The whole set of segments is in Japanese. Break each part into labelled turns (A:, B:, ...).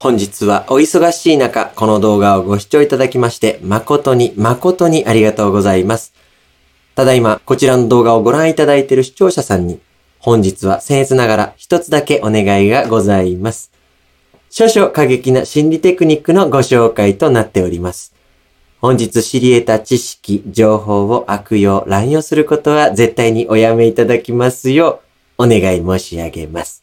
A: 本日はお忙しい中、この動画をご視聴いただきまして、誠に誠にありがとうございます。ただいま、こちらの動画をご覧いただいている視聴者さんに、本日は僭越ながら一つだけお願いがございます。少々過激な心理テクニックのご紹介となっております。本日知り得た知識、情報を悪用、乱用することは絶対におやめいただきますよう、お願い申し上げます。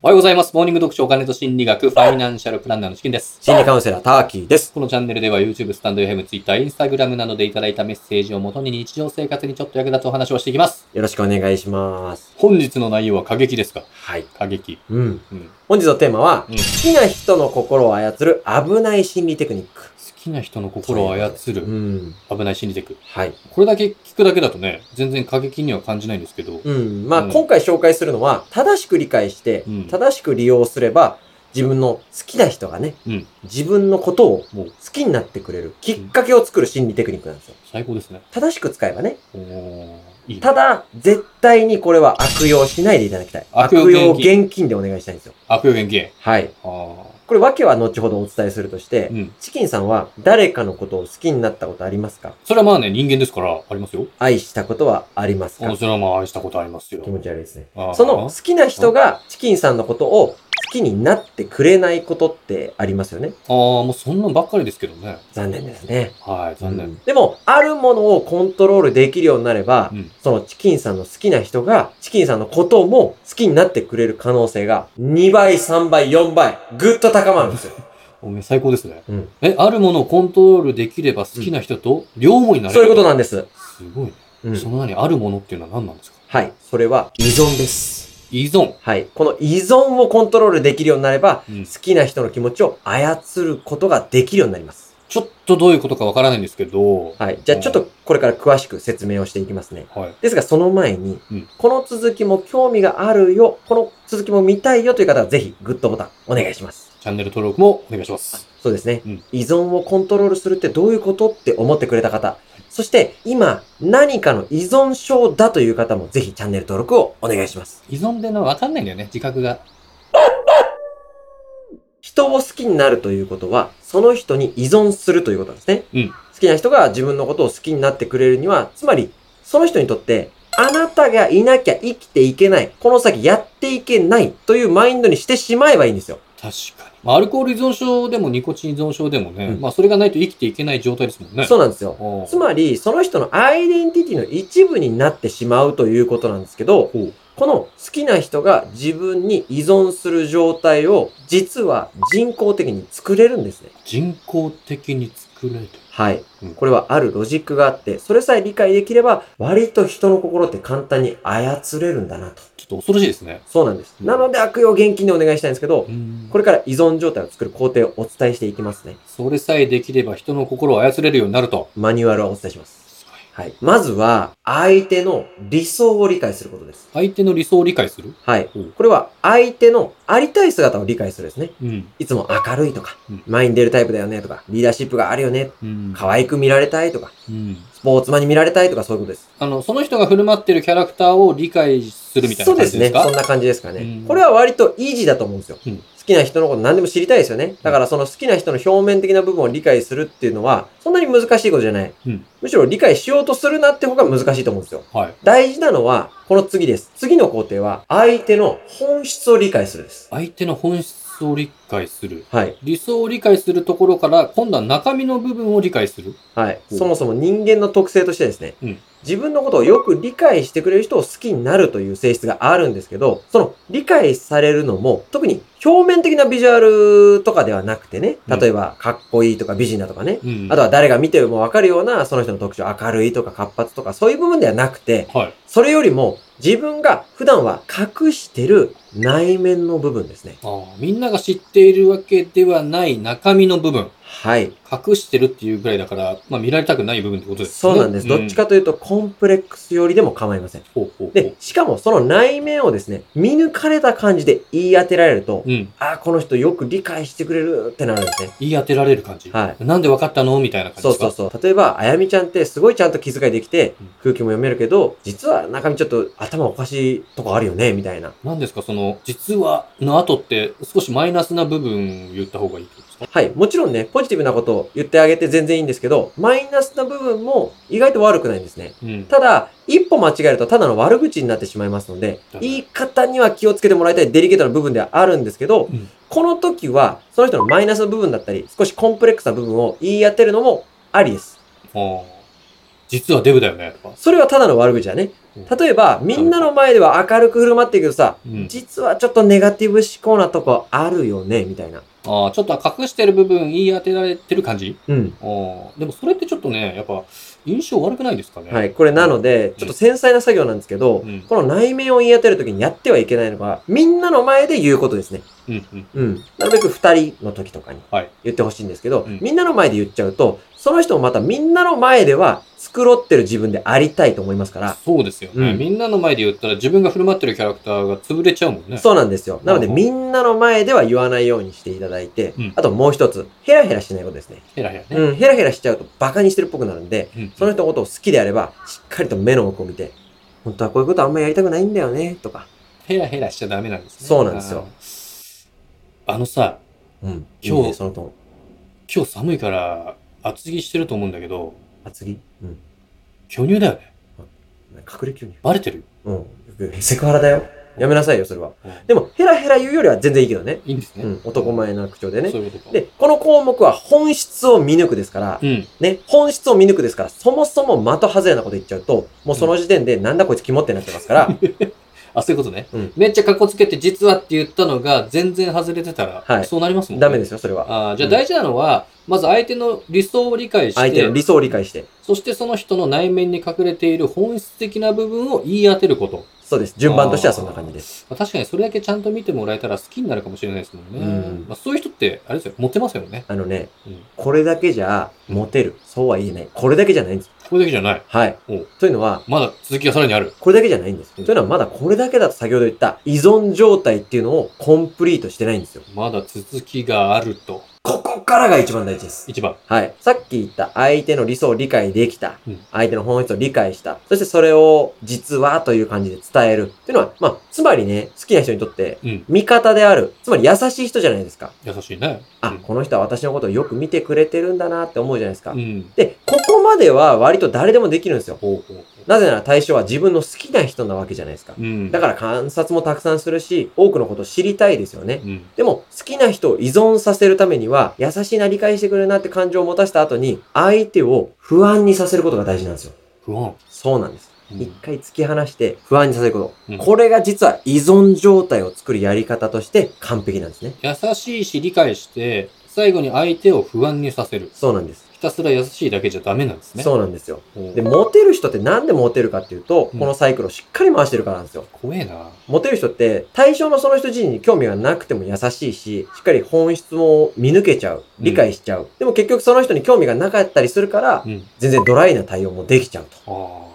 B: おはようございます。モーニング読書お金と心理学、ファイナンシャルプランナーのチキンです。
A: 心理カウンセラー、ターキーです。
B: このチャンネルでは YouTube、スタンド FM、Twitter、Instagram などでいただいたメッセージをもとに日常生活にちょっと役立つお話をしていきます。
A: よろしくお願いします。
B: 本日の内容は過激ですか
A: はい。
B: 過激。
A: うん。
B: うん。好
A: 本日のテーマは、
B: うん
A: 好きな人の心を操る危ない心理テクニック。
B: きな人の心を操
A: う
B: る
A: ん。
B: 危ない心理テク。
A: はい。
B: これだけ聞くだけだとね、全然過激には感じないんですけど、
A: うん。まあ、
B: うん
A: 今回紹介するのは、正しく理解して
B: う、ん
A: 正しく利用すれば、自分の好きな人がね、
B: うん
A: 自分のことを好
B: もう
A: きになってくれるきっかけを作る心理テクニックなんですよ。
B: 最高ですね。
A: 正しく使えばね。
B: おーいい。
A: ただ、絶対にこれは悪用しないでいただきたい。
B: 悪用現金
A: 悪用現金でお願いしたいんですよ。
B: 悪用元気。
A: はい。
B: あー
A: これ訳は後ほどお伝えするとして、
B: うん。
A: チキンさんは誰かのことを好きになったことありますか
B: それはまあね、人間ですから、ありますよ。
A: 愛したことはありますか
B: あそれはまあ愛したことありますよ
A: 気。持ち悪いですね。
B: あー
A: その好きな人がチキンさんのことを好きになってくれないことってありますよね。
B: ああ、もうそんなんばっかりですけどね。
A: 残念ですね。
B: はい、残念。
A: でも、あるものをコントロールできるようになれば、
B: うん
A: そのチキンさんの好きな人が、チキンさんのことも好きになってくれる可能性が、2倍、3倍、4倍、ぐっと高まるん ですよ。
B: おめえ最高ですね。
A: うん
B: え、あるものをコントロールできれば好きな人と両思いになれ
A: そう
B: る、
A: いうことなんです。
B: すごいね。
A: うん
B: その何、あるものっていうのは何なんですか
A: はい。それは、依存です。
B: 依存。
A: はい。この依存をコントロールできるようになれば、
B: うん
A: 好きな人の気持ちを操ることができるようになります。
B: ちょっとどういうことかわからないんですけど。
A: はい。じゃあ、ちょっとこれから詳しく説明をしていきますね。
B: はい。
A: ですが、その前に、
B: うん
A: この続きも興味があるよ、この続きも見たいよという方は、ぜひ、グッドボタン、お願いします。
B: チャンネル登録もお願いします。
A: そうですね、
B: うん
A: 依存をコントロールするってどういうことって思ってくれた方、そして、今、何かの依存症だという方も、ぜひ、チャンネル登録をお願いします。
B: 依存でな、わかんないんだよね、自覚が。
A: 人を好きになるということは、その人に依存するということなんですね。
B: うん
A: 好きな人が自分のことを好きになってくれるには、つまり、その人にとって、あなたがいなきゃ生きていけない、この先やっていけないというマインドにしてしまえばいいんですよ。
B: 確かに。まあ、アルコール依存症でもニコチン依存症でもね、
A: うん
B: まあそれがないと生きていけない状態ですもんね。
A: そうなんですよ。
B: う
A: つまり、その人のアイデンティティの一部になってしまうということなんですけど、
B: ほう
A: この好きな人が自分に依存する状態を、実は人工的に作れるんですね。
B: 人工的に作られてる。
A: はい
B: うん。
A: これはあるロジックがあって、それさえ理解できれば、割と人の心って簡単に操れるんだなと。
B: ちょっと恐ろしいですね。
A: そうなんです。
B: うん
A: なので悪用現金でお願いしたいんですけど
B: う、ん
A: これから依存状態を作る工程をお伝えしていきますね。
B: それさえできれば人の心を操れるようになると。
A: マニュアルはお伝えします。
B: すごい
A: はい。まずは、相手の理想を理解することです。
B: 相手の理想を理解する
A: はい
B: うん。
A: これは、相手のありたい姿を理解するですね。
B: うん。
A: いつも明るいとか
B: うん、
A: 前に出るタイプだよねとか、リーダーシップがあるよね、
B: うん。
A: 可愛く見られたいとか、
B: うん。
A: スポーツマンに見られたいとかそういうことです。
B: あの、その人が振る舞ってるキャラクターを理解するみたいな感じですか
A: そうですね。そんな感じですかね。
B: うん
A: これは割とイージーだと思うんですよ。
B: うん
A: 好きな人のこと何でも知りたいですよね。だからその好きな人の表面的な部分を理解するっていうのは、そんなに難しいことじゃない。
B: うん
A: むしろ理解しようとするなって方が難しいと思うんですよ。
B: はい。
A: 大事なのは、この次です。次の工程は、相手の本質を理解するです。
B: 相手の本質を理解する。
A: はい。
B: 理想を理解するところから、今度は中身の部分を理解する。
A: はい。
B: うん
A: そもそも人間の特性としてですね、
B: うん
A: 自分のことをよく理解してくれる人を好きになるという性質があるんですけど、その理解されるのも、特に表面的なビジュアルとかではなくてね、
B: うん
A: 例えばかっこいいとか美人だとかね、
B: うん。
A: あとは誰が見てもわかるようなその人の特徴、明るいとか活発とかそういう部分ではなくて、
B: はい。
A: それよりも自分が普段は隠してる内面の部分ですね。
B: ああ、みんなが知っているわけではない中身の部分。
A: はい。
B: 隠してるっていうぐらいだから、まあ見られたくない部分ってことです
A: そ
B: ね。
A: うなんです。どっちかというと、コンプレックスよりでも構いません。
B: ほうほうほう。
A: で、しかもその内面をですね、見抜かれた感じで言い当てられると、
B: うん。
A: ああ、この人よく理解してくれるってなるんですね。
B: 言い当てられる感じ。。
A: はい
B: なんで分かったのみたいな感じ
A: そう
B: です
A: そう
B: か
A: そう。例えば、あやみちゃんってすごいちゃんと気遣いできて
B: うん、
A: 空気も読めるけど、実は中身ちょっと頭おかしいとこあるよね、みたいな。
B: なんですかその、実はの後って少しマイナスな部分言った方がいいってことですか
A: はい。もちろんね、ポジティブなことを言ってあげて全然いいんですけど、マイナスな部分も意外と悪くないんですね。
B: うん。
A: ただ、一歩間違えるとただの悪口になってしまいますので、言い方には気をつけてもらいたいデリケートな部分ではあるんですけど、
B: うん
A: この時は、その人のマイナスの部分だったり、少しコンプレックスな部分を言い当てるのもありです。
B: あー実はデブだよね、とか。
A: それはただの悪口だね
B: うん。
A: 例えば、みんなの前では明るく振る舞ってるけどさ、
B: うん
A: 実はちょっとネガティブ思考なとこあるよね、みたいな。
B: ああ、ちょっと隠してる部分言い当てられてる感じ
A: うん。
B: ああ、でもそれってちょっとね、やっぱ印象悪くないですかね。
A: はい。これなので、ちょっと繊細な作業なんですけど、
B: うん
A: この内面を言い当てる時にやってはいけないのが、みんなの前で言うことですね。
B: うんうん。
A: うん。なるべく二人の時とかに
B: はい
A: 言ってほしいんですけど、
B: うん
A: みんなの前で言っちゃうと、その人もまたみんなの前では繕ってる自分でありたいと思いますから、
B: そうですよね、
A: うん
B: みんなの前で言ったら自分が振る舞ってるキャラクターが潰れちゃうもんね。
A: そうなんですよ。なので、
B: うん
A: みんなの前では言わないようにしていただいて、
B: うん
A: あともう一つ、ヘラヘラしないことですね。
B: ヘラヘラね。
A: うん、ヘラヘラしちゃうとバカにしてるっぽくなるんで、
B: うん
A: その人のことを好きであれば、しっかりと目の奥を見て、本当はこういうことあんまりやりたくないんだよね、とか。
B: ヘラヘラしちゃダメなんですね。
A: そうなんですよ
B: あー。あのさ、
A: うん。
B: 今日
A: いいねそのと
B: 今日寒いから厚着してると思うんだけど、
A: あ、次。うん。
B: 巨乳だよね。
A: 隠れ急に。
B: バレてるよ。
A: うんよく。セクハラだよ。やめなさいよ、それは。でも、ヘラヘラ言うよりは全然いいけどね。
B: いいんですね。
A: うん。男前な口調でね
B: そ。ういうことか。
A: で、この項目は本質を見抜くですから、
B: うん。
A: ね、本質を見抜くですから、そもそも的外れなこと言っちゃうと、もうその時点でなんだこいつ肝ってなってますから、
B: あ、そういうことね。
A: うん
B: めっちゃ格好つけて実はって言ったのが全然外れてたら、
A: はい
B: そうなりますもんね。
A: ダメですよ、それは。
B: あーじゃあ大事なのは、まず相手の理想を理解して、
A: 相手の理想を理解して。
B: そしてその人の内面に隠れている本質的な部分を言い当てること。
A: そうです。順番としてはそんな感じです。
B: まあ確かにそれだけちゃんと見てもらえたら好きになるかもしれないですもんね。
A: うん
B: まあ、そういう人って、あれですよ、モテますよね。
A: あのね、
B: うん
A: これだけじゃ、モテる。そうは言えない。これだけじゃないんです。
B: これだけじゃない。
A: はい。
B: お
A: というのは、
B: まだ続きがさらにある。
A: これだけじゃないんです。と
B: うん
A: いうのは、まだこれだけだと先ほど言った依存状態っていうのをコンプリートしてないんですよ。
B: まだ続きがあると。
A: ここからが一番大事です。
B: 一番。
A: はい。さっき言った相手の理想を理解できた。
B: うん
A: 相手の本質を理解した。そしてそれを実はという感じで伝える。っていうのは、まあ、つまりね、好きな人にとって、
B: うん。
A: 味方である。つまり優しい人じゃないですか。
B: 優しいね。
A: あ、この人は私のことをよく見てくれてるんだなって思うじゃないですか。
B: うん。うん。
A: で、ここまでは割と誰でもできるんですよ。
B: ほうほうほ
A: なぜなら対象は自分の好きな人なわけじゃないですか
B: う。。うん。
A: だから観察もたくさんするし、多くのことを知りたいですよね。
B: うん。
A: でも、好きな人を依存させるためには、優しいな、理解してくれるなって感情を持たせた後に、相手を不安にさせることが大事なんですよ。
B: 不安。
A: そうなんです。
B: うん
A: 一回突き放して不安にさせるこ
B: うん
A: と。これが実は依存状態を作るやり方として完璧なんですね。
B: 優しいし理解して、最後に相手を不安にさせる。
A: そうなんです。
B: ひたすら優しいだけじゃダメなんですね。
A: そうなんですよ。
B: ほう
A: で、モテる人ってなんでモテるかっていうと、
B: うん
A: このサイクルをしっかり回してるからなんですよ。
B: 怖えな。
A: モテる人って、対象のその人自身に興味がなくても優しいし、しっかり本質も見抜けちゃう。理解しちゃう。でも結局その人に興味がなかったりするから、
B: うん。
A: 全然ドライな対応もできちゃうと。
B: ああ。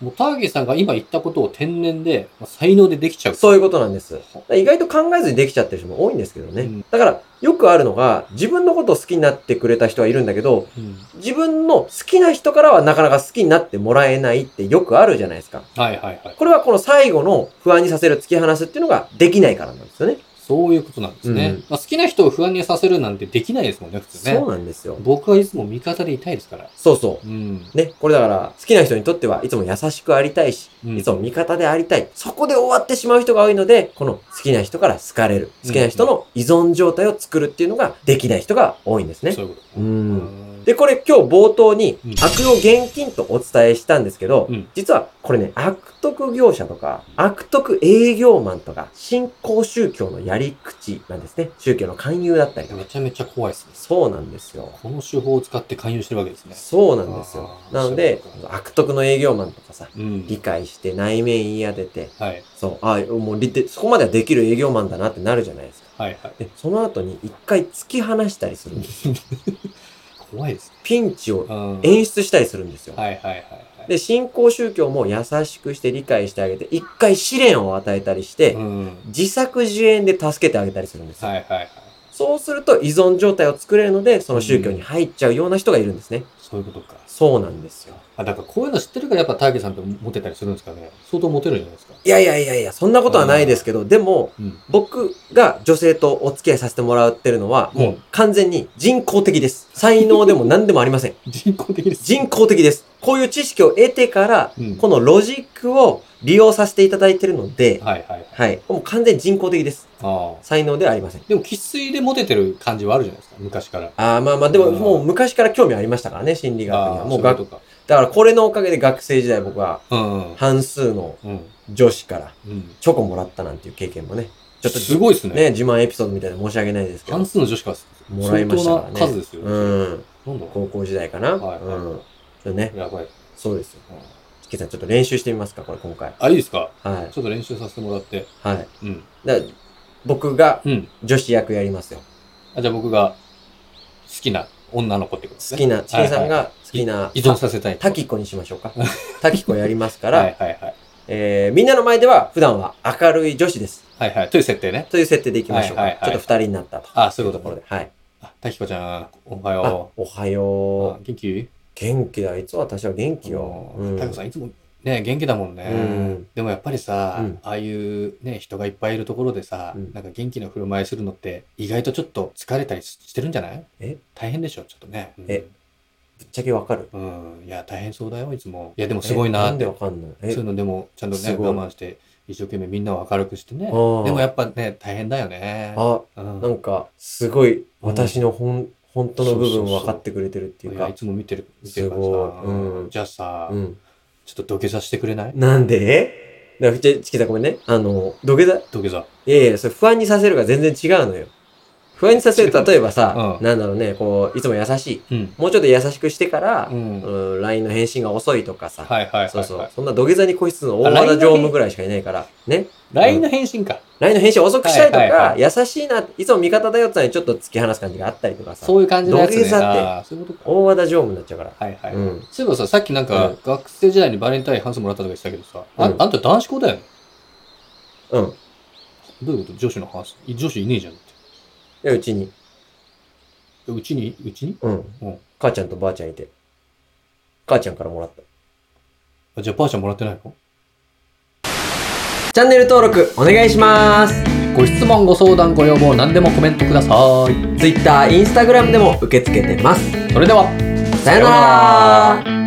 B: もうターゲーさんが今言ったことを天然で、まあ才能でできちゃう。
A: そういうことなんです。だか
B: は
A: ら意外と考えずにできちゃってる人も多いんですけどね。
B: うん
A: だから、よくあるのが、自分のことを好きになってくれた人はいるんだけど、
B: うん
A: 自分の好きな人からはなかなか好きになってもらえないってよくあるじゃないですか。
B: はいはいはい。
A: これはこの最後の不安にさせる突き放すっていうのができないからなんですよね。
B: そういうことなんですね。
A: うん
B: まあ、好きな人を不安にさせるなんてできないですもんね、普通ね
A: そう。なんですよ。
B: 僕はいつも味方でいたいですから。
A: そうそうう。
B: ん。
A: ね、これだから、好きな人にとってはいつも優しくありたいし、
B: うん
A: いつも味方でありたい。そこで終わってしまう人が多いので、この好きな人から好かれる。好きな人の依存状態を作るっていうのができない人が多いんですね。
B: そういうこと。
A: うん
B: うん
A: で、これ今日冒頭に
B: うん、
A: 悪用現金とお伝えしたんですけど、
B: うん
A: 実はこれね、悪徳業者とか、悪徳営業マンとか、新興宗教のやり口なんですね。宗教の勧誘だったりとか。
B: めちゃめちゃ怖いですね。
A: そうなんですよ。
B: この手法を使って勧誘してるわけですね。
A: そうなんですよ
B: あ。ー
A: なので
B: そういうこ、と
A: 悪徳の営業マンとかさ、
B: うん。
A: 理解して内面言い当てて、
B: はい。
A: そう、あもうりで、そこまではできる営業マンだなってなるじゃないですか。
B: はいはい。
A: で、その後に一回突き放したりするんです。
B: 怖いですね。
A: ピンチを
B: うん。
A: 演出したりするんですよ。
B: はいはいはいはい。
A: で、信仰宗教も優しくして理解してあげて、一回試練を与えたりして、
B: うん。
A: 自作自演で助けてあげたりするんですよ。
B: はいはいはい。
A: そうすると依存状態を作れるので、その宗教に入っちゃうような人がいるんですね。
B: そういうことか。
A: そうなんですよ。
B: あ、だからこういうの知ってるからやっぱターゲさんってモテたりするんですかね。相当モテるんじゃないですか。
A: いやいやいやいや、そんなことはないですけど、でも、
B: うん。
A: 僕が女性とお付き合いさせてもらってるのは、も
B: う
A: うん完全に人工的です。才能でも何でもありません。
B: 人工的です。
A: 人工的です。こういう知識を得てから、
B: うん。
A: このロジックを利用させていただいてるので、
B: はいはい。
A: はい。もう完全に人工的です。
B: ああ。
A: 才能ではありません。
B: でも、喫水でモテてる感じはあるじゃないですか、昔から。
A: ああ、まあまあ、で
B: う
A: も
B: ん
A: もう昔から興味ありましたからね、心理学に
B: あ
A: は。
B: あ、
A: もう
B: そういう
A: 学、
B: ことか。
A: だからこれのおかげで学生時代僕は
B: うん。
A: 半数の
B: うん。
A: 女子から
B: うん。
A: チョコもらったなんていう経験もね、ち
B: ち
A: ょ
B: ょ
A: っ
B: っ
A: と
B: とすごいですね。
A: ね、自慢エピソードみたいで申し訳ないですけど
B: 半、数の女子から
A: もらいましたからね
B: 相当な数ですよ。
A: うん。
B: なんだろ
A: 高校時代かな。
B: う。はい
A: うん。
B: は
A: そうね
B: い。。やばい。うん
A: そうですよ。チキさん、ちょっと練習してみますか、これ今回。
B: あ、いいですか
A: はい。
B: ちょっと練習させてもらって。
A: はい。
B: うん。
A: だから僕が
B: うん。
A: 女子役やりますよ。
B: あじゃあ僕が好きな女の子ってことです
A: 好
B: ね。
A: きな、チキさん
B: はいはい
A: が好きな、
B: 依存させたい。
A: タキコにしましょうか。タキコやりますか、
B: からはいはいはい。
A: えー、みんなの前では普段は明るい女子です。
B: はいはい。という設定ね。
A: という設定でいきましょうか。
B: はいはいはい
A: ちょっと二人になったと。
B: あそういうこと
A: ころで。はい。
B: あたきこちゃん、お
A: あ
B: はよ
A: おは
B: う。
A: よ
B: あ
A: う。
B: 元気
A: 元気だ。いつも私は元気よ。う
B: うん
A: ん。
B: たきこさん、いつもね、元気だもんね。
A: うん
B: でもやっぱりさ、
A: うん
B: ああいうね、人がいっぱいいるところでさ、
A: うん
B: なんか元気な振る舞いするのって、意外とちょっと疲れたりしてるんじゃない
A: え
B: 大変でしょ、ちょっとね。うん
A: えぶっちゃけわかる
B: うん。いや、大変そうだよ、いつも。いや、でもすごいな
A: えん
B: っ
A: で
B: て。
A: わかんない
B: そう
A: え
B: いうのでも、ちゃんとね、
A: す
B: 我
A: ごい
B: 慢して、一生懸命みんなを明るくしてね。で
A: あー
B: もやっぱね、大変だよね。
A: あ、
B: うん
A: なんか、すごい、私の本、本当の部分分かってくれてるってい
B: いうや、
A: か
B: い。つも見てる、見てるから
A: す
B: さ
A: ごいうん
B: じゃあさ、
A: うん。
B: ちょっと土下座してくれない
A: なんでだから、ちチキさんごめんね。あの、土下座、い
B: 土下座。
A: やいや、それ不安にさせるが全然違うのよ。不安にさせる、例えばさ、
B: うん
A: なんだろうね、こう、いつも優しい。
B: うん。
A: もうちょっと優しくしてから、
B: う。
A: うん
B: はい
A: ん、LINE の返信が遅いとかさ。
B: はいはい、はい。
A: そうそう。そんな土下座に固執するの大
B: あ
A: 和
B: LINE
A: 田
B: の
A: 常務ぐらいしかいないから、ね。
B: LINE の返信か。
A: LINE の返信遅くしたりと
B: はいはい
A: か、優しいな、いつも味方だよってのにちょっと突き放す感じがあったりとかさ。
B: そういう感じのやつね。
A: 土下座って
B: あーそういうことか。
A: 大和田常務になっちゃうから。
B: はいはい。
A: うん。
B: そういえばさ、さっきなん
A: う
B: か
A: ん、
B: 学生時代にバレンタインハンスもらったとか言ってたけどさ、あ,、
A: うん
B: あんた男子校だよね。
A: うん。い
B: どういうこと女子のハンス。女子いねえじゃんって。
A: や、うちに。
B: えうちにうちに
A: うん。
B: うん
A: 母ちゃんとばあちゃんいて。母ちゃんからもらった。
B: あじゃあばあちゃんもらってないの
A: チャンネル登録お願いします。
B: ご質問、ご相談、ご要望、何でもコメントください。
A: Twitter、Instagram でも受け付けてます。
B: それでは。
A: さよなら